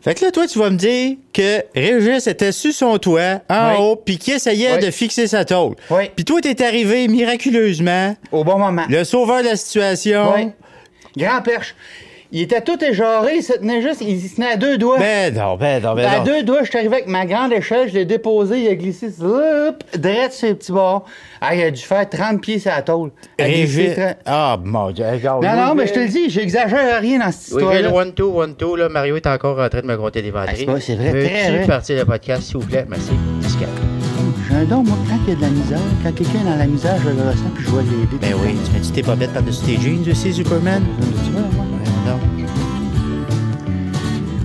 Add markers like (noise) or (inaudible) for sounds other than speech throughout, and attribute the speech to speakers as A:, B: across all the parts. A: Fait que là, toi, tu vas me dire que Régis était sur son toit, en
B: Oui.
A: haut, puis qu'il essayait
B: Oui.
A: de fixer sa tôle.
B: Oui.
A: Puis toi, t'es arrivé miraculeusement,
B: Au bon moment.
A: le sauveur de la situation.
B: Oui. Grand perche. Il était tout éjaré, il se tenait juste, il se tenait à deux doigts.
A: Ben non, ben non, ben
B: à
A: non.
B: deux doigts, je suis arrivé avec ma grande échelle, je l'ai déposé, il a glissé, zoup, direct sur les petits bords. Ah, il a dû faire 30 pieds sur la tôle. Il a glissé
A: Régis.
B: 30.
A: Ah, mon Dieu. regarde.
B: Non, non, mais je te le dis, j'exagère rien dans cette
C: Oui, j'ai le
B: histoire-là.
C: 1-2, 1-2, là. Mario est encore en train de me compter des
B: Ah,
C: ventrées.
B: c'est pas- c'est vrai,
C: Veux-tu
B: très vrai.
C: partir le podcast, s'il vous plaît? Merci. Discap.
B: J'ai un don, moi, quand il y a de la misère, quand quelqu'un est dans la misère, je le ressens puis je vais l'aider.
A: Ben oui, tu mets-tu tes bobettes par-dessus tes jeans aussi, Superman?
B: Tu vois, moi?
A: Ben non.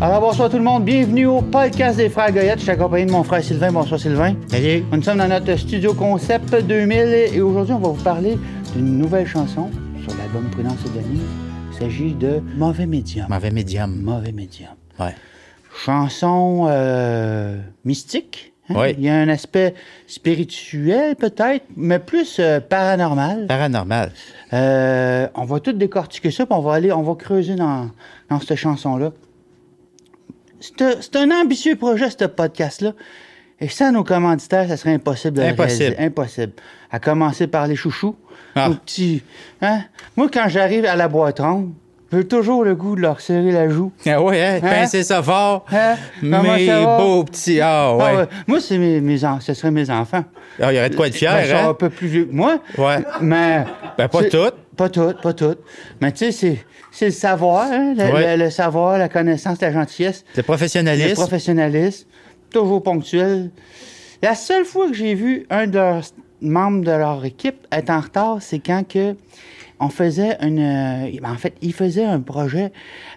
B: Alors, bonsoir tout le monde, bienvenue au podcast des Frères Goyette. Je suis accompagné de mon frère Sylvain. Bonsoir Sylvain.
A: Salut.
B: Nous sommes dans notre studio concept 2000 et aujourd'hui, on va vous parler d'une nouvelle chanson sur l'album Prudence et Denise. Il s'agit de Mauvais Médium.
A: Mauvais médium.
B: Mauvais Médium.
A: Ouais.
B: Chanson euh, mystique. hein?
A: Oui.
B: Il y a un aspect spirituel peut-être, mais plus euh, paranormal.
A: Paranormal.
B: Euh, on va tout décortiquer ça, puis on va aller, on va creuser dans, dans cette chanson-là. C'est un- c'est un ambitieux projet, ce podcast-là. Et sans nos commanditaires, ça serait impossible de le
A: Impossible.
B: réaliser. Impossible. À commencer par les chouchous.
A: Ah.
B: nos petits- hein? Moi, quand j'arrive à la boîte ronde, j'ai toujours le goût de leur serrer la joue.
A: (laughs) Ah ouais, hein? Pincez ça fort.
B: Hein? Comment ça
A: Mes
B: va?
A: beaux petits. Ah
B: Ah
A: ouais.
B: ouais. Moi, c'est mes, mes en- ce seraient mes enfants.
A: Ah, il y aurait de quoi être
B: Ben, ils
A: fier,
B: sont un
A: hein?
B: peu plus vieux que moi.
A: Ouais.
B: Mais.
A: Ben, pas
B: c'est-
A: toutes.
B: Pas toutes, pas toutes. Mais tu sais, c'est- c'est le savoir, hein, le,
A: Ouais.
B: le- le savoir, la connaissance, la gentillesse,
A: Le
B: le
A: professionnaliste.
B: professionnalisme, toujours ponctuel. La seule fois que j'ai vu un de leurs membres de leur équipe être en retard, c'est quand que on faisait une. euh, ben, en fait, ils faisaient un projet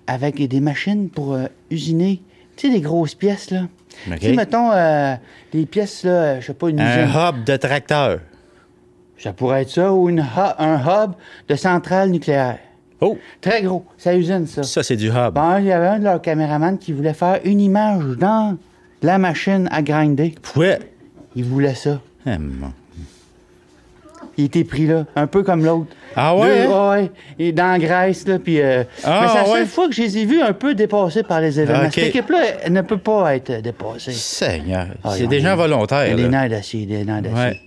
B: avec des machines pour euh, usiner, tu sais, des grosses pièces, là.
A: Ok. Hein?
B: Tu sais, mettons, euh, des pièces, là, je sais pas, une usine.
A: Un hub de tracteur.
B: Ça pourrait être ça, ou une hu- un hub de centrale nucléaire.
A: Oh,
B: Très gros, ça usine ça.
A: ça, c'est du hub.
B: Bon, il y avait un de leurs caméramans qui voulait faire une image dans la machine à grinder.
A: Ouais.
B: Il voulait ça.
A: Hum.
B: Il était pris là, un peu comme l'autre.
A: Ah ouais,
B: Deux,
A: hein?
B: ouais, Et dans la Grèce, là, puis... euh,
A: Ah
B: mais c'est la seule
A: ouais.
B: fois que je les ai vus un peu dépassés par les événements.
A: Ah, ok.
B: Cette équipe-là, elle ne peut pas être dépassée.
A: Seigneur.
B: Ah,
A: C'est
B: non,
A: des gens
B: mais-
A: volontaires.
B: Des
A: là.
B: nerfs d'acier, des nerfs d'acier.
A: Ouais.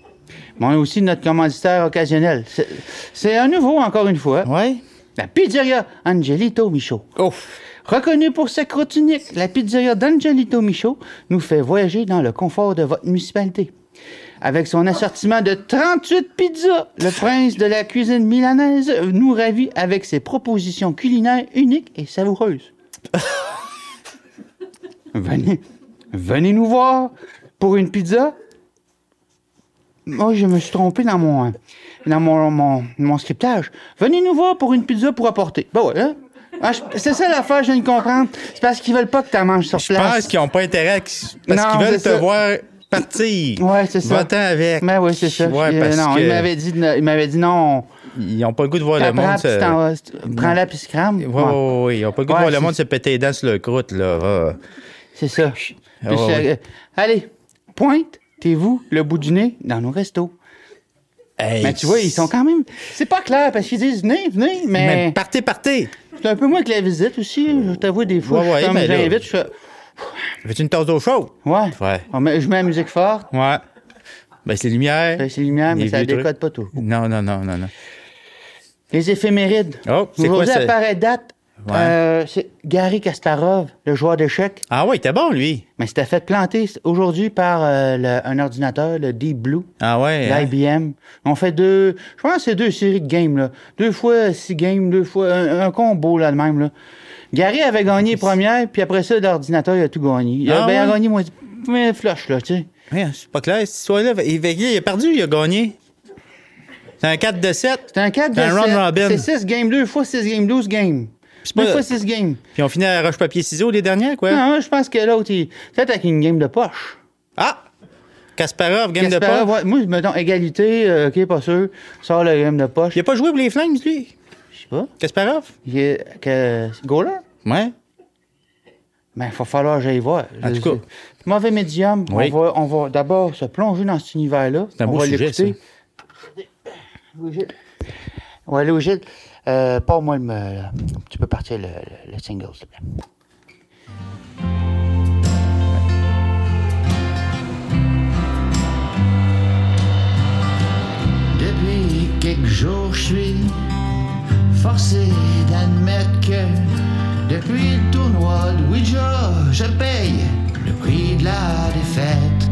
B: Mais on a aussi notre commanditaire occasionnel. C'est- C'est un nouveau, encore une fois.
A: Ouais.
B: La pizzeria Angelito Michaud.
A: Ben, Ouf.
B: Reconnue pour sa croûte unique, la pizzeria d'Angelito Michaud nous fait voyager dans le confort de votre municipalité. Avec son assortiment de 38 pizzas, le prince de la cuisine milanaise nous ravit avec ses propositions culinaires uniques et savoureuses. venez, venez nous voir pour une pizza. Moi, je me suis trompé dans mon, dans mon, mon, mon scriptage. Venez nous voir pour une pizza pour apporter. Ben ouais, hein? Ah, je- c'est ça l'affaire, je viens de comprendre. C'est parce qu'ils veulent pas que tu manges sur
A: Je
B: place.
A: pense qu'ils n'ont pas intérêt à que- parce
B: Non,
A: qu'ils veulent te
B: c'est ça.
A: voir partir.
B: Ouais, c'est ça.
A: Va-t'en avec.
B: Mais oui, c'est ça.
A: Ouais,
B: Euh,
A: parce
B: non,
A: que
B: il m'avait dit, il m'avait dit non.
A: ils n'ont pas le goût de voir le
B: Prends-la,
A: monde.
B: puis
A: se-
B: t'en vas. Prends-la, puis se crame.
A: Ouais, ouais, ouais, ouais, Ils n'ont pas le goût
B: Ouais,
A: de voir le
B: c'est-
A: monde se péter les dents sur le croûte, là. va.
B: C'est ça. Puis
A: ouais,
B: c'est-
A: ouais.
B: euh, Allez, pointe, t'es vous, le bout du nez, dans nos restos.
A: Hey,
B: Mais Ben, tu vois, ils sont quand même. C'est pas clair parce qu'ils disent venez, venez, mais.
A: Mais partez, partez!
B: C'est un peu moins que la visite aussi. hein, Je t'avoue, des fois,
A: Ouais,
B: je suis
A: ouais,
B: comme
A: mais là-
B: j'invite, je fais.
A: Fais-tu une tasse d'eau chaude?
B: Ouais.
A: Ouais.
B: On met- je mets la musique forte,
A: Ouais. Ben, c'est lumière.
B: ben, c'est lumière, mais
A: Les
B: ça
A: vieux
B: décode
A: trucs.
B: pas tout.
A: Non, non, non, non, non.
B: Les éphémérides.
A: Oh, c'est quoi
B: Aujourd'hui,
A: ça?
B: à pareille date,
A: Ouais.
B: euh, c'est Gary Kasparov, le joueur d'échecs.
A: Ah ouais, il était bon, lui.
B: Mais c'était fait planter aujourd'hui par euh, le- un ordinateur, le Deep Blue,
A: Ah ouais. hein?
B: l'IBM. On fait deux, je pense que c'est deux séries de games, là. Deux fois six games, deux fois un, un combo, là, de même, là. Gary avait gagné première, puis après ça, l'ordinateur, il a tout gagné. Il a
A: Mm-hmm. Ah
B: bien
A: ouais?
B: gagné, moi, mais flush, là, tu sais.
A: Ouais, c'est pas clair, cette histoire-là. Il, il a perdu, il a gagné. C'est un 4 de 7.
B: C'est un 4 de
A: C'est un round
B: sept.
A: robin.
B: C'est 6 games, deux fois 6 games, 12 games.
A: pas- Euh.
B: Deux fois 6 games.
A: Puis on finit à roche-papier-ciseaux les dernières, quoi.
B: Non, je pense que l'autre, il... peut-être avec une game de poche.
A: Ah! Kasparov, game de
B: Kasparov,
A: poche.
B: ouais, moi, mettons, égalité, euh, ok, pas sûr, sort le game de poche.
A: Il a pas joué pour les Flames, lui.
B: Je sais pas.
A: Kasparov?
B: Il est- que Goaler?
A: Ouais.
B: Ben, il va falloir que j'aille voir.
A: En
B: Je-
A: tout cas.
B: je- Mauvais médium,
A: Oui.
B: on va, on va d'abord se plonger dans cet univers-là.
A: C'est un
B: on
A: beau
B: va
A: sujet,
B: l'écouter. Louis-Gilles. Ouais, Louis-Gilles, euh, pas moi, tu peux partir le, le- le single, s'il te plaît.
D: jour, je suis forcé d'admettre que depuis le tournoi de Ouija, je paye le prix de la défaite.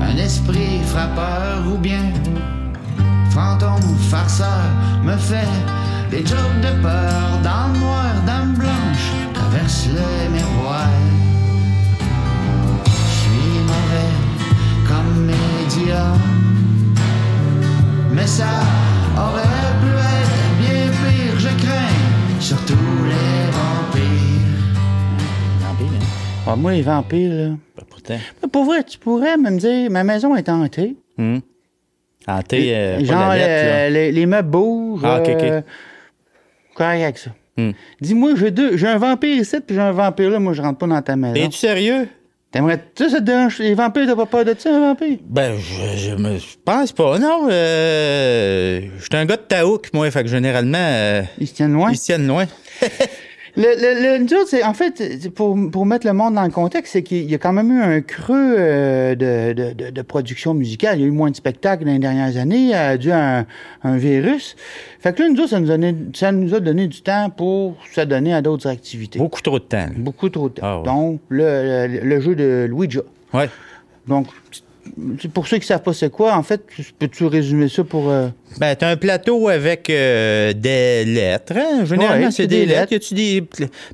D: Un esprit frappeur ou bien fantôme ou farceur me fait des jokes de peur dans le noir, dame blanche, traverse le miroir. Je suis mauvais comme médium, mais ça aurait pu être bien pire, je crains, surtout les vampires.
A: hein.
B: Ah, moi, les vampires, là.
A: Bah, pourtant.
B: Mais Pour vrai, tu pourrais me dire, ma maison est hantée.
A: Hum. Hanté, euh, pas
B: Genre,
A: la lettre,
B: euh, les, les meubles bougent.
A: Ah, ok, ok.
B: euh, correct avec ça.
A: Hmm.
B: Dis-moi, j'ai deux. J'ai un vampire ici, puis j'ai un vampire là. Moi, je rentre pas dans ta
A: là.
B: maison.
A: Es-tu sérieux?
B: T'aimerais. Tu ça te dérange. Les vampires, t'as pas peur de ça, un vampire?
A: Ben, je, je me je pense pas. Non, euh, je suis un gars de Taouk, moi, fait que généralement, euh,
B: Ils se tiennent loin.
A: ils se tiennent loin.
B: Le, le, le- nous autres, c'est, en fait, c'est pour, pour mettre le monde dans le contexte, c'est qu'il y a quand même eu un creux euh, de, de, de, de production musicale. Il y a eu moins de spectacles dans les dernières années euh, dû à un, un virus. Fait que là, nous autres, ça nous, a donné, ça nous a donné du temps pour se donner à d'autres activités.
A: Beaucoup trop de temps. là.
B: Beaucoup trop de temps.
A: Ah ouais.
B: Donc, le, le, le jeu de Luigi.
A: Ouais.
B: Donc, c'est pour ceux qui savent pas c'est quoi, en fait, tu- peux-tu résumer ça pour... euh,
A: Ben, t'as un plateau avec euh, des lettres. hein? Généralement,
B: Ouais,
A: c'est
B: c'est
A: des,
B: des
A: lettres. Y a-tu des...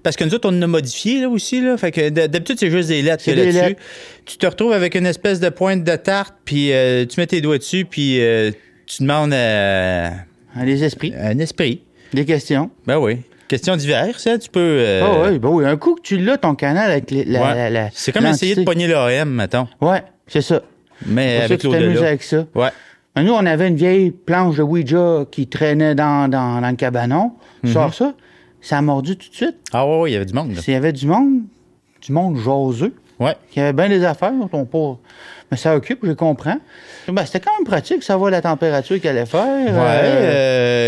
A: Parce que nous autres, on en a modifié là, aussi. Là. Fait que d- d'habitude, c'est juste des lettres
B: C'est
A: qu'il y a
B: des
A: là-dessus.
B: lettres.
A: Tu te retrouves avec une espèce de pointe de tarte, puis euh, tu mets tes doigts dessus, puis euh, tu demandes à,
B: les esprits,
A: à un esprit.
B: les questions.
A: Ben oui. Question diverse, hein? tu peux... euh,
B: Ah oui, bah oui, un coup que tu l'as, ton canal, avec les- la...
A: ouais.
B: la- la-
A: C'est comme essayer de
B: l'entité.
A: pogner l'OM, mettons.
B: Ouais, c'est ça.
A: Mais
B: C'est pour ça que
A: avec
B: tu t'amuses
A: l'au-delà.
B: avec ça.
A: Ouais.
B: Mais Nous, on avait une vieille planche de Ouija qui traînait dans, dans, dans le cabanon.
A: Mm-hmm.
B: Tu Sors ça, ça a mordu tout de suite.
A: Ah ouais, ouais, il y avait du monde. là.
B: S'il y avait du monde, du monde jaseux,
A: Ouais.
B: qui avait bien des affaires, dont on pas... Mais ça occupe, je comprends. Ben, c'était quand même pratique, savoir la température qu'il allait faire.
A: Ouais,
B: euh,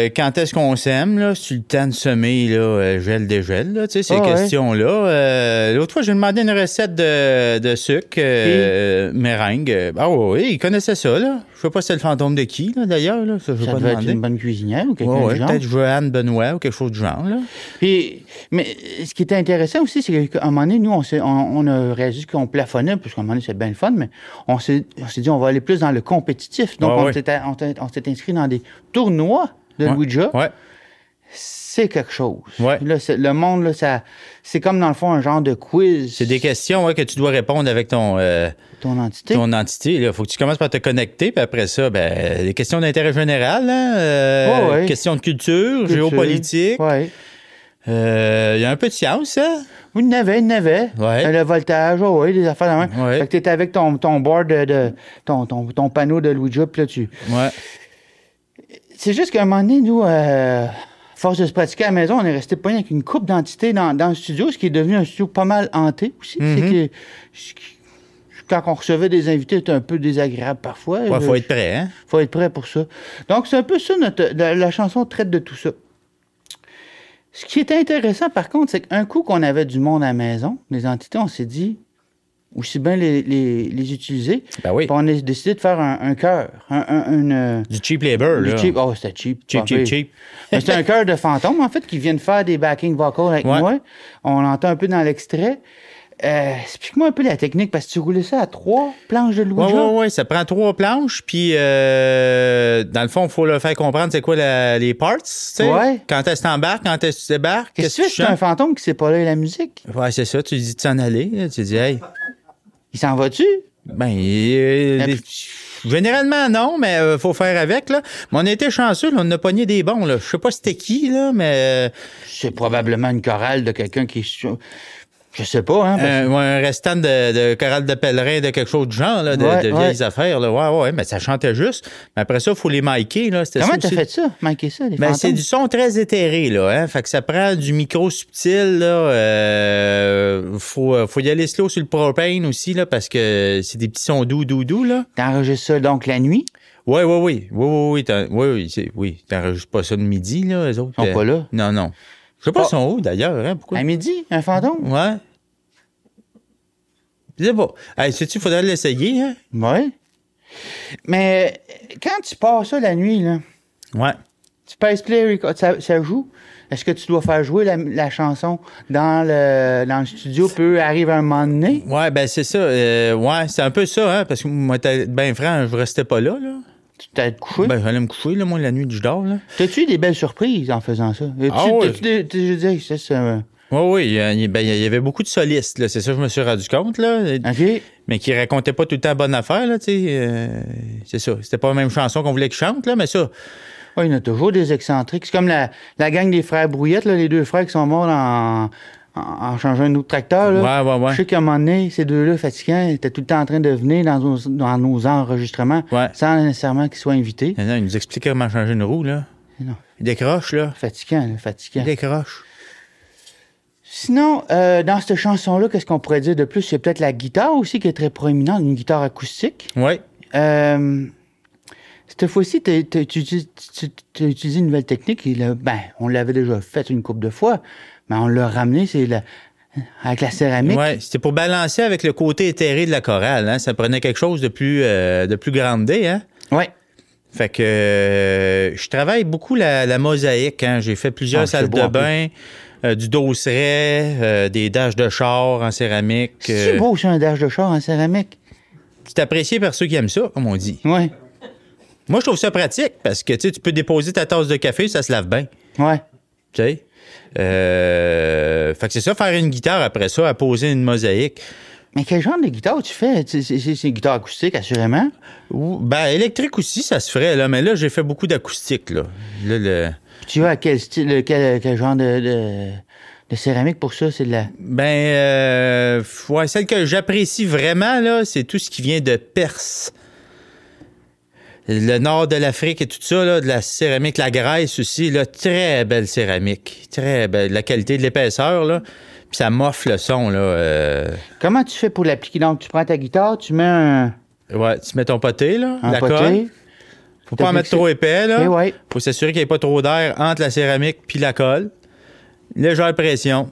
A: euh, quand est-ce qu'on s'aime, là? Sur le temps de semer, là, euh, gel dégel, là, tu sais, ces
B: Ah ouais.
A: questions-là. Euh, L'autre fois, j'ai demandé une recette de, de sucre, euh, meringue. Ah oui, oui, il connaissait ça, là. Je sais pas si c'est le fantôme de qui, là, d'ailleurs, là. Ça, je vais
B: Ça
A: pas
B: devait être
A: demander.
B: une bonne cuisinière ou quelqu'un
A: Ouais, ouais,
B: du genre.
A: peut-être Joanne Benoît ou quelque chose du genre, là.
B: Puis, mais ce qui était intéressant aussi, c'est qu'à un moment donné, nous, on, s'est- on, on a réalisé qu'on plafonnait, parce qu'à un moment donné, c'est bien le fun, mais on s'est on s'est dit, on va aller plus dans le compétitif. Donc,
A: Ouais,
B: on
A: ouais.
B: s'était- on s'est- on s'est inscrit dans des tournois de
A: Ouais.
B: Ouija.
A: Ouais.
B: C'est quelque chose.
A: Ouais.
B: Là, c'est- le monde, là, ça, c'est comme, dans le fond, un genre de quiz
A: C'est des questions, ouais, que tu dois répondre avec ton, euh,
B: ton entité.
A: ton entité, là. Faut que tu commences par te connecter, puis après ça, ben, des questions d'intérêt général, hein, euh,
B: Oh, Ouais, ouais.
A: Questions de culture,
B: Culture.
A: géopolitique.
B: Ouais.
A: Euh, Il y a un peu de science, hein?
B: Oui, il y en avait, il y en avait.
A: Ouais.
B: Euh, Le voltage, oh oui, des affaires de même.
A: Ouais.
B: Fait que t'étais avec ton, ton board de, de- ton, ton, ton panneau de Ouija, puis là, tu...
A: Ouais.
B: C'est juste qu'à un moment donné, nous, euh, force de se pratiquer à la maison, on est resté poigné avec une coupe d'entités dans, dans le studio, ce qui est devenu un studio pas mal hanté aussi.
A: Mhm.
B: C'est que ce qui- quand on recevait des invités, c'était un peu désagréable parfois.
A: Ouais,
B: Je-
A: faut être prêt, hein?
B: faut être prêt pour ça. Donc, c'est un peu ça, notre, la, la chanson traite de tout ça. Ce qui est intéressant, par contre, c'est qu'un coup qu'on avait du monde à la maison, les entités, on s'est dit, aussi bien les, les- les utiliser,
A: Ben oui.
B: puis on a décidé de faire un, un cœur, un, un- une, euh,
A: Du cheap labor,
B: du
A: là.
B: cheap. Oh, c'était cheap.
A: cheap,
B: pas
A: cheap,
B: pire.
A: cheap. (laughs)
B: Mais c'est un cœur de fantôme, en fait, qui viennent faire des backing vocals avec
A: Ouais.
B: moi. On l'entend un peu dans l'extrait. Euh, Explique-moi un peu la technique, parce que tu roulais ça à trois planches de
A: Ouais,
B: Louis
A: ouais, ouais. Ça prend trois planches, puis euh, dans le fond, il faut leur faire comprendre c'est quoi la- les parts, tu sais.
B: Ouais.
A: Quand est-ce que t'embarques, quand est-ce que tu débarques,
B: Qu'est-ce que tu fais? C'est un
A: chantes?
B: fantôme qui sait pas là la musique.
A: Ouais, c'est ça. Tu dis de s'en aller. là. Tu dis, hey,
B: Il s'en va-tu?
A: ben, euh,
B: Ah,
A: des- généralement, non, mais euh, faut faire avec, là. Mais on a été chanceux, là, on a pogné des bons, là. Je sais pas c'était qui, là, mais
B: C'est probablement une chorale de quelqu'un qui. Je sais pas, hein. parce-
A: Un, euh, ouais, un restant de, de chorale de pèlerin, de quelque chose de genre, là, de,
B: Ouais,
A: de
B: ouais.
A: vieilles affaires. Là. Ouais, ouais, mais ça chantait juste. Mais après ça, il faut les micer. Là. C'était
B: Comment
A: ça
B: t'as
A: aussi.
B: fait ça, manquer ça, les
A: Ben, c'est
B: fantômes?
A: du son très éthéré, là. Hein? Fait que ça prend du micro subtil, là. Euh, faut, euh, faut y aller slow sur le propane aussi, là, parce que c'est des petits sons doux, doux, doux, là.
B: T'enregistres ça donc la nuit?
A: Ouais, ouais, oui. Oui, oui, oui. t'en- Oui, oui, c'est- oui. T'enregistres pas ça de midi, là, eux autres.
B: Ils sont
A: euh,
B: pas là.
A: Non, non. Oh. Je sais pas,
B: Ah.
A: ils sont où, d'ailleurs, hein? Pourquoi?
B: À midi, un fantôme?
A: Ouais. Je sais pas. Hey, sais-tu, faudrait l'essayer, hein?
B: Ouais. Mais quand tu passes ça la nuit, là,
A: Ouais.
B: tu pèses play, record, ça, ça joue. Est-ce que tu dois faire jouer la, la chanson dans le, dans le studio? Peut arriver un moment donné?
A: Ouais, ben c'est ça. euh, ouais, c'est un peu ça, hein, parce que moi, t'as- ben franc, je restais pas là, là.
B: Tu t'es couché?
A: Ben, j'allais me coucher, là, moi, la nuit du dors, là.
B: T'as-tu eu des belles surprises en faisant ça? As-tu-
A: Ah oui.
B: t'as-tu des- t'as- je veux dire, ça, c'est, euh,
A: Oui, oui, il y a- il ben, il y avait beaucoup de solistes, là, c'est ça que je me suis rendu compte, là,
B: OK.
A: mais qui racontaient pas tout le temps bonne affaire, là, tu sais, euh, c'est ça, c'était pas la même chanson qu'on voulait qu'ils chantent, là, mais ça,
B: Oui, Ah, il y en a toujours des excentriques. C'est comme la, la gang des frères Brouillette, là, les deux frères qui sont morts en, en, en changeant un autre tracteur. Là.
A: Ouais, ouais, ouais.
B: Je sais qu'à un moment donné, ces deux-là, fatigants, étaient tout le temps en train de venir dans nos, dans nos enregistrements
A: Ouais.
B: sans nécessairement qu'ils soient invités.
A: non, non, ils nous expliquaient comment changer une roue, là.
B: Non.
A: Ils décrochent, là.
B: Fatigant, là, fatigant.
A: Ils décrochent.
B: Sinon, euh, dans cette chanson-là, qu'est-ce qu'on pourrait dire de plus? Il y a peut-être la guitare aussi qui est très proéminente, une guitare acoustique.
A: Ouais.
B: Euh, cette fois-ci, t'as- t'as utilisé- tu as utilisé une nouvelle technique. Et là, ben, on l'avait déjà faite une couple de fois, mais on l'a ramené, c'est la- avec la céramique.
A: Ouais, c'était pour balancer avec le côté éthéré de la chorale, hein. Ça prenait quelque chose de plus, euh, de plus grandé, hein.
B: Ouais.
A: Fait que euh, je travaille beaucoup la, la mosaïque. Hein. J'ai fait plusieurs
B: Ah, c'est
A: salles
B: beau
A: de
B: en plus.
A: bain, euh, du dosseret, euh, des dages de char en céramique.
B: C'est
A: euh,
B: beau, c'est un dash de char en céramique.
A: C'est apprécié par ceux qui aiment ça, comme on dit.
B: Ouais.
A: Moi, je trouve ça pratique parce que tu sais, tu peux déposer ta tasse de café, ça se lave bien.
B: Ouais.
A: Tu sais? Euh, fait que c'est ça, faire une guitare après ça, à poser une mosaïque.
B: Mais quel genre de guitare tu fais? C'est- C'est c'est- c'est une guitare acoustique, assurément.
A: Ou- Ben, électrique aussi, ça se ferait, là, mais là, j'ai fait beaucoup d'acoustique. Là. Là, le-
B: Puis tu vois, quel style, euh, quel, quel genre de, de, de céramique pour ça? C'est de la.
A: Ben, euh, ouais, celle que j'apprécie vraiment, là, c'est tout ce qui vient de Perse. Le nord de l'Afrique et tout ça, là, de la céramique, la Grèce aussi, là, très belle céramique. Très belle. La qualité de l'épaisseur, là. Puis ça moffe le son, là. euh.
B: Comment tu fais pour l'appliquer? Donc, tu prends ta guitare, tu mets un,
A: Ouais, tu mets ton poté, là.
B: un
A: la colle.
B: poté.
A: Faut pas en mettre
B: T'appliques ça.
A: trop épais, là.
B: Eh ouais.
A: Faut s'assurer qu'il n'y ait pas trop d'air entre la céramique puis la colle. Légère pression.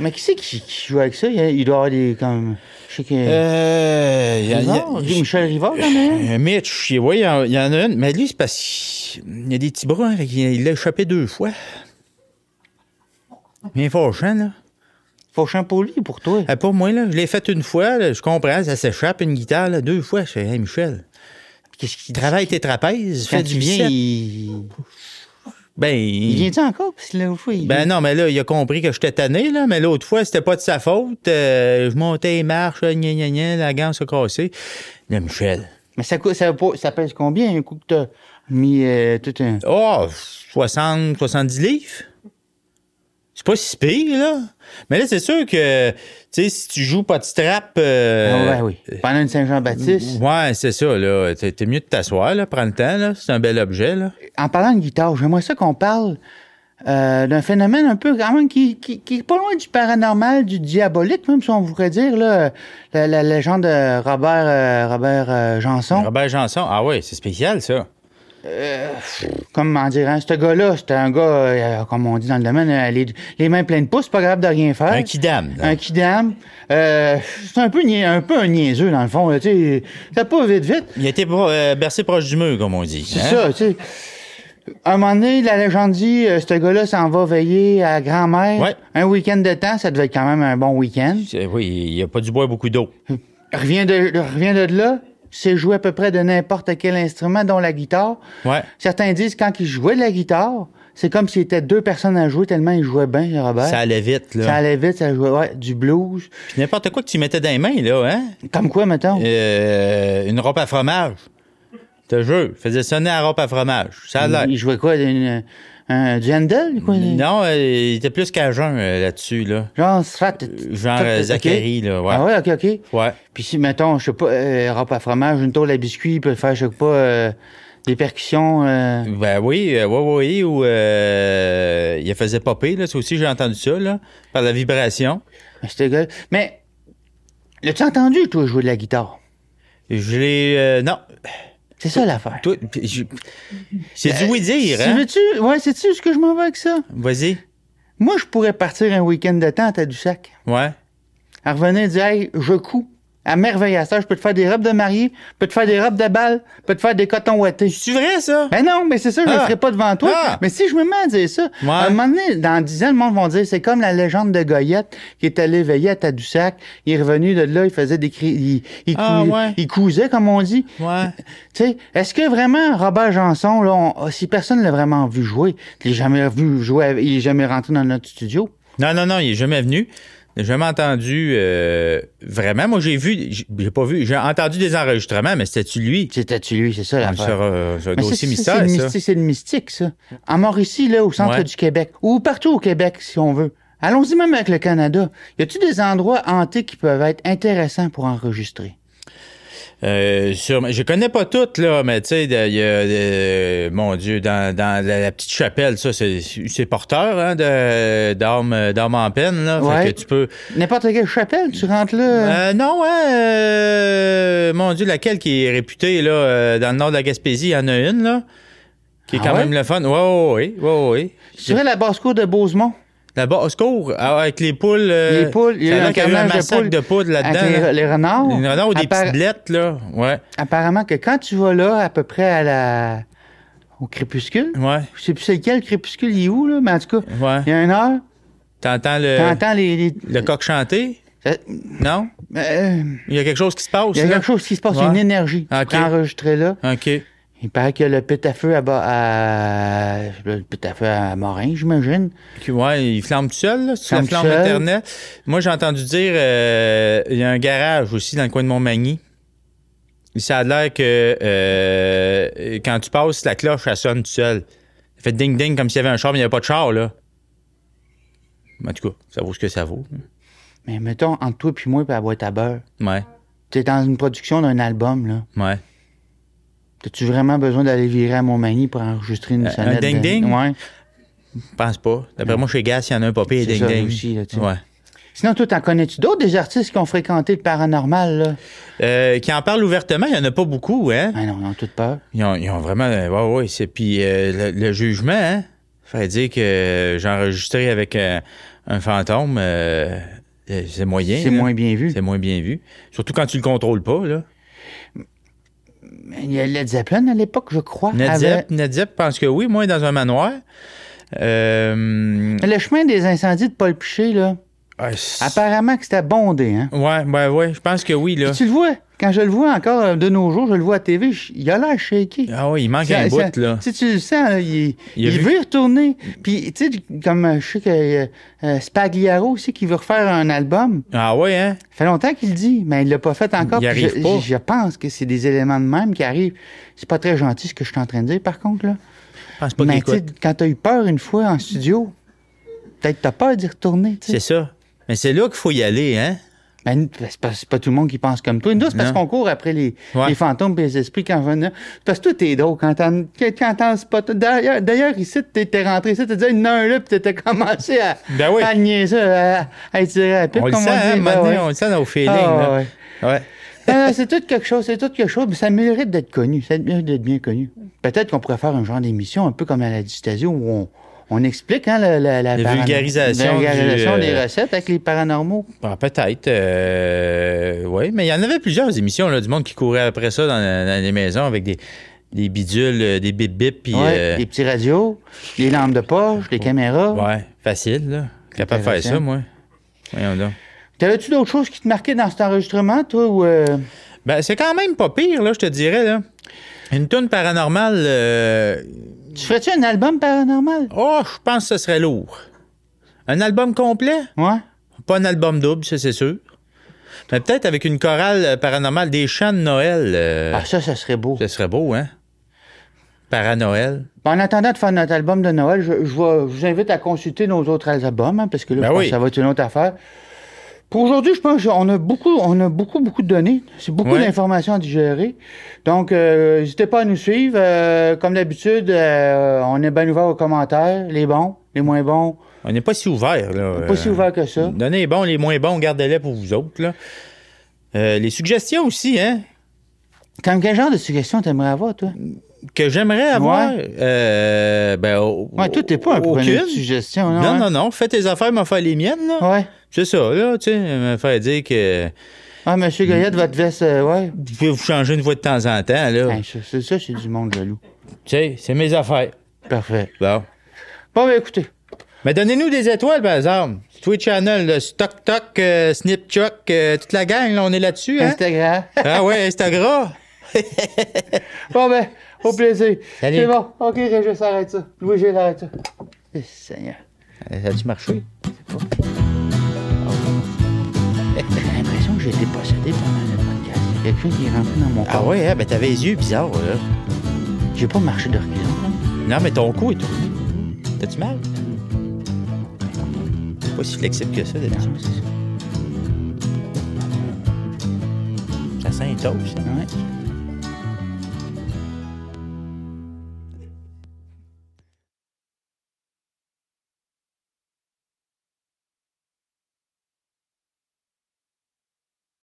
B: Mais qui c'est qui, qui joue avec ça? Il, y a- il doit y avoir des. Comme, je sais que.
A: Euh, y a- y a-
B: Rivard? Michel Rivard, quand même.
A: Euh, Mitch, il- oui, il y, en- il y en a une, mais lui, c'est parce qu'il y a des petits bras, hein, fait qu'il- il l'a échappé deux fois. Bien fâchant, là.
B: Faut chien pour lui, pour toi.
A: Ah, pour moi, là, je l'ai fait une fois, là, je comprends, ça s'échappe une guitare, là, deux fois. Je fais, hey, Michel,
B: Qu'est-ce qu'il
A: travaille tes trapèzes,
B: Quand
A: fais
B: il
A: du
B: vient,
A: bien.
B: il.
A: Ben,
B: Il vient-tu encore? Parce que là, au fond, il...
A: ben non, mais là, il a compris que j'étais tanné, là, mais l'autre fois, c'était pas de sa faute. euh, je montais les marches, gna, gna, gna, la gamme s'est cassée. Là, Michel,
B: Mais ça, coûte- ça, pas- ça pèse combien, un coup que t'as mis euh, tout un.
A: Oh, 60, 70 livres. C'est pas si pire, là. Mais là, c'est sûr que, tu sais, si tu joues pas de strap. euh,
B: Ah ouais, oui. Pendant une Saint-Jean-Baptiste.
A: Ouais, c'est ça, là. T'es t'es mieux de t'asseoir, là. Prends le temps, là. C'est un bel objet, là.
B: En parlant de guitare, j'aimerais ça qu'on parle euh, d'un phénomène un peu quand même qui, qui, qui est pas loin du paranormal, du diabolique, même si on voudrait dire, là, la, la légende de Robert, euh, Robert euh, Janson.
A: Robert Janson. Ah ouais, c'est spécial, ça.
B: comment dire, hein, ce gars-là, c'était un gars, euh, comme on dit dans le domaine, euh, les, les mains pleines de pouces, pas capable de rien faire.
A: Un kidam. là.
B: Un kidam. Euh, c'est un peu, nia- un peu un niaiseux, dans le fond. là, tu sais. Ça pas vite, vite.
A: Il a été pro- euh, bercé proche du mur, comme on dit.
B: C'est
A: hein.
B: ça, tu sais. Un moment donné, la légende dit, euh, ce gars-là s'en va veiller à grand-mère.
A: Ouais.
B: Un week-end de temps, ça devait être quand même un bon week-end.
A: C'est- Oui, il a pas dû boire beaucoup d'eau.
B: Revient de, revient de là, c'est joué à peu près de n'importe quel instrument, dont la guitare.
A: Ouais.
B: Certains disent quand il jouait de la guitare, c'est comme s'il était deux personnes à jouer tellement il jouait bien, Robert.
A: Ça allait vite, là.
B: Ça allait vite, ça jouait ouais, du blues.
A: Puis n'importe quoi que tu mettais dans les mains, là, hein.
B: Comme quoi, mettons?
A: Euh, une robe à fromage. Je te jure, faisait sonner la robe à fromage. Ça a l'air.
B: il jouait quoi? une- un, du handle? Quoi?
A: Non, euh, il était plus cajun euh, là-dessus, là.
B: Genre Strat.
A: Genre euh,
B: ok.
A: Zachary, là, ouais.
B: Ah ouais, ok, ok.
A: Ouais.
B: Puis si, mettons, je sais pas, euh, râpe à fromage, une tôle à biscuits, il peut faire, je sais pas, euh, des percussions. euh,
A: Ben oui, euh, ouais, ouais, oui, ou euh, il la faisait popper, là. Ça aussi, j'ai entendu ça, là, par la vibration.
B: c'était gueule. Mais, l'as-tu entendu, toi, jouer de la guitare?
A: Je l'ai. euh, non.
B: C'est ça l'affaire.
A: Toi, pis j'ai- c'est du oui-dire,
B: Ben, Si
A: hein.
B: veux-tu, ouais, sais-tu ce que je m'en vais avec ça?
A: Vas-y.
B: Moi, je pourrais partir un week-end de temps à du sac.
A: Ouais.
B: Elle revenait et disait, hey, je couds. À merveille à ça, je peux te faire des robes de mariée, je peux te faire des robes de bal, je peux te faire des cotons ouatés.
A: C'est vrai, ça?
B: Ben non, mais c'est ça, je ne
A: Ah.
B: le ferai pas devant toi.
A: Ah.
B: Mais si je me mets à dire ça,
A: Ouais.
B: à un moment donné, dans dix ans, le monde va dire c'est comme la légende de Goyette qui est allé veiller à Tadoussac. Il est revenu de là, il faisait des cris, il, il,
A: Ah,
B: cou-
A: ouais.
B: il cousait, comme on dit.
A: Ouais.
B: Tu sais, est-ce que vraiment Robert Janson, là, on- si personne l'a vraiment vu jouer, il n'est jamais vu jouer, avec- il est jamais rentré dans notre studio.
A: Non, non, non, il est jamais venu. J'ai jamais entendu euh, vraiment. Moi, j'ai vu, j'ai j'ai pas vu, j'ai entendu des enregistrements, mais c'était-tu lui?
B: C'était-tu lui, c'est ça la
A: C'est un euh, c'est un
B: Mais ça,
A: Ah, dossier
B: c'est-
A: mystère,
B: c'est le
A: ça.
B: mystique, C'est le mystique, ça. En Mauricie, là, au centre
A: Ouais.
B: du Québec, ou partout au Québec, si on veut. Allons-y même avec le Canada. Y a-tu des endroits hantés qui peuvent être intéressants pour enregistrer?
A: Euh, sûrement. je connais pas toutes, là, mais tu sais, de- il y a, euh, mon Dieu, dans, dans la, la petite chapelle, ça, c'est c'est porteur hein, de- d'armes euh, d'armes en peine, là. Fait
B: Ouais.
A: que tu peux.
B: N'importe quelle chapelle, tu rentres là.
A: Euh, non, hein, euh, mon Dieu, laquelle qui est réputée, là, euh, dans le nord de la Gaspésie, il y en a une, là, qui est
B: Ah
A: quand
B: ouais?
A: même le fun. Ouais, ouais, ouais, ouais, ouais.
B: tu verrais la basse-cour de Bosemont.
A: Là-bas, au secours, ah, avec les poules. euh,
B: les poules, il y
A: ça
B: a eu
A: l'air
B: un
A: qu'il y a eu
B: carnage de
A: massacre
B: poules.
A: de poules là-dedans.
B: avec les,
A: là.
B: les renards.
A: Des renards ou des
B: Appara-
A: petites blettes, là. Ouais,
B: Apparemment que quand tu vas là, à peu près à la... au crépuscule,
A: ouais,
B: je sais plus c'est lequel, le crépuscule, il est où, là, mais en tout cas, il y
A: ouais.
B: a une heure,
A: T'entends le,
B: t'entends les... les-
A: le coq chanter?
B: Euh,
A: Non?
B: euh,
A: Il y a quelque chose qui se passe,
B: Il y a
A: là?
B: quelque chose qui se passe,
A: Ouais. Ah,
B: une énergie.
A: Ok.
B: Tu enregistré là.
A: OK.
B: Il paraît que le pit à feu à, bas, à... Le pit à feu à Morin, j'imagine.
A: Qui- Ouais, il flambe tout seul, là. C'est la
B: Flambe tout
A: flamme
B: seul.
A: Internet. Moi, j'ai entendu dire, euh, il y a un garage aussi dans le coin de Montmagny. Ça a l'air que euh, quand tu passes, la cloche, elle sonne tout seul. Ça fait ding-ding comme s'il y avait un char, mais il n'y avait pas de char, là. En tout cas, ça vaut ce que ça vaut.
B: Mais mettons, entre toi puis moi puis la boîte à beurre,
A: Ouais,
B: t'es dans une production d'un album, là.
A: ouais.
B: T'as-tu vraiment besoin d'aller virer à Montmagny pour enregistrer une
A: Euh, Un- un
B: sonnette? de-
A: ding-ding?
B: Ouais.
A: Je pense pas. D'après moi, chez Gas, il y en a un papier
B: C'est
A: ding
B: ça,
A: ding.
B: aussi, là, tu sais.
A: ouais.
B: Sinon, toi, t'en connais-tu d'autres des artistes qui ont fréquenté le paranormal, là?
A: Euh, qui en parle ouvertement, il y en a pas beaucoup, hein.
B: Ah non, ils ont toute peur.
A: Ils ont, ils ont vraiment. euh, Ouais, ouais. C'est, puis euh, le, le jugement, hein. Faudrait dire que euh, j'ai enregistré avec euh, un fantôme, euh, euh, c'est moyen.
B: C'est
A: là.
B: moins bien vu.
A: C'est moins bien vu. Surtout quand tu le contrôles pas, là.
B: Il y a Led Zeppelin à l'époque, je crois.
A: Ned
B: avait-
A: Zepp- Ned Zepp pense que oui, moi, dans un manoir. Euh,
B: Le chemin des incendies de Paul Piché, là,
A: ah, c'est-
B: apparemment que c'était bondé, hein?
A: Ouais, ouais, ouais. Je pense que oui, là.
B: Puis tu le vois, quand je le vois encore euh, de nos jours, je le vois à TV, je- il a l'air shaky.
A: Ah oui, il manque un
B: Ça- ça-
A: bout, là.
B: Tu sais, tu le sens, là, il,
A: Il a
B: il
A: vu-
B: veut y retourner. Puis, tu sais, comme euh, je sais que euh, euh, Spagliaro aussi, qui veut refaire un album,
A: Ah ouais, hein?
B: ça fait longtemps qu'il le dit, mais il l'a pas fait encore.
A: Il
B: Puis
A: arrive
B: je,
A: pas.
B: je- je pense que c'est des éléments de même qui arrivent. C'est pas très gentil ce que je suis en train de dire, par contre, là.
A: Je pense pas qu'il
B: mais tu sais,
A: écoute.
B: quand t'as eu peur une fois en studio, peut-être t'as peur d'y retourner, tu sais.
A: C'est ça. Mais c'est là qu'il faut y aller, hein?
B: Ben, nous, c'est pas, c'est pas tout le monde qui pense comme toi. Nous, c'est parce
A: Non.
B: qu'on court après les,
A: Ouais.
B: les fantômes et les esprits quand on C'est Parce que toi, t'es drôle quand t'en, quand quand t'en spot. D'ailleurs, d'ailleurs, ici, t'es, t'es rentré ici, t'as dit, il y en a un là, puis t'étais commencé à,
A: Ben oui.
B: à niaiser, à, à étirer la pipe,
A: on le
B: comme
A: sent,
B: on dit.
A: hein,
B: Ben
A: maintenant,
B: ouais.
A: on le sent dans nos feelings.
B: Ah,
A: là.
B: ouais.
A: Ouais.
B: Ah, c'est tout quelque chose, c'est tout quelque chose, mais ça mérite d'être connu, ça mérite d'être bien connu. Peut-être qu'on pourrait faire un genre d'émission un peu comme à la dystasio où on, on explique hein, la, la, la
A: La
B: parano-
A: vulgarisation du,
B: vulgarisation
A: euh,
B: des recettes avec les paranormaux.
A: Ah, Peut-être. euh, oui, mais il y en avait plusieurs émissions là, du monde qui courait après ça dans, dans les maisons avec des, des bidules, euh, des bip-bip. puis,
B: Ouais,
A: euh,
B: Les petits radios, les lampes de poche, les caméras.
A: ouais, facile. Là. Capable de faire
B: Intéressant.
A: ça, moi. Voyons donc.
B: T'avais-tu d'autres choses qui te marquaient dans cet enregistrement, toi? Ou, euh,
A: Ben, c'est quand même pas pire, là, je te dirais. Là. Une toune paranormale, euh,
B: Tu ferais-tu un album paranormal?
A: oh, je pense que ce serait lourd. Un album complet?
B: Ouais.
A: Pas un album double, ça, c'est sûr. Mais peut-être avec une chorale euh, paranormale, des chants de Noël. euh,
B: Ah, ça, ça serait beau.
A: Ce serait beau, hein? Paranoël.
B: Ben, En attendant de faire notre album de Noël, je, je vais- je vous invite à consulter nos autres albums, hein, parce que là,
A: Ben
B: je pense
A: oui.
B: que ça va être une autre affaire. Pour aujourd'hui, je pense qu'on a beaucoup, on a beaucoup, beaucoup de données. C'est beaucoup
A: Ouais.
B: d'informations à digérer. Donc, euh, n'hésitez pas à nous suivre. Euh, comme d'habitude, euh, on est bien ouvert aux commentaires, les bons, les moins bons.
A: On n'est pas si ouvert, là. Euh,
B: Pas si ouvert que ça.
A: Donnez les bons, les moins bons, gardez-les pour vous autres, là. Euh, les suggestions aussi, hein,
B: Comme quel genre de suggestion t'aimerais avoir, toi?
A: que j'aimerais avoir.
B: Ouais.
A: euh, ben, au-
B: Ouais, toi, t'es pas un pour
A: aucune.
B: une suggestion, non?
A: Non,
B: hein?
A: non, non. Fais tes affaires, m'en faire les miennes, là.
B: Ouais.
A: C'est ça, là, tu sais, me faire dire que
B: Ah, Monsieur Goyette, votre veste, euh, ouais.
A: Vous pouvez vous changer une fois de temps en temps, là.
B: Ben, ça- c'est ça, c'est du monde jaloux.
A: Tu sais, c'est mes affaires.
B: Parfait.
A: Bon.
B: Bon, ben, écoutez.
A: Mais donnez-nous des étoiles, par exemple. Twitch Channel, le Stock Toc, euh, Snip Chuck, euh, toute la gang, là, on est là-dessus, hein?
B: Instagram.
A: ah ouais, Instagram.
B: bon, ben, au plaisir.
A: Salut.
B: (laughs) C'est bon. OK, Régis, arrête ça. Louis, j'arrête ça. Eh, Seigneur.
A: Ça a dû marcher.
B: J'ai l'impression que j'ai été possédé pendant le podcast. Il y a quelque chose qui est rentré dans mon corps.
A: Ah ouais, hein, ben t'avais les yeux bizarres, là.
B: J'ai pas marché de reculons, là.
A: Non, mais ton cou est tout. T'as-tu mal? C'est Pas si flexible que ça, d'habitude.
B: Non, c'est ça.
A: La scène est taupe, ça.
B: Ouais.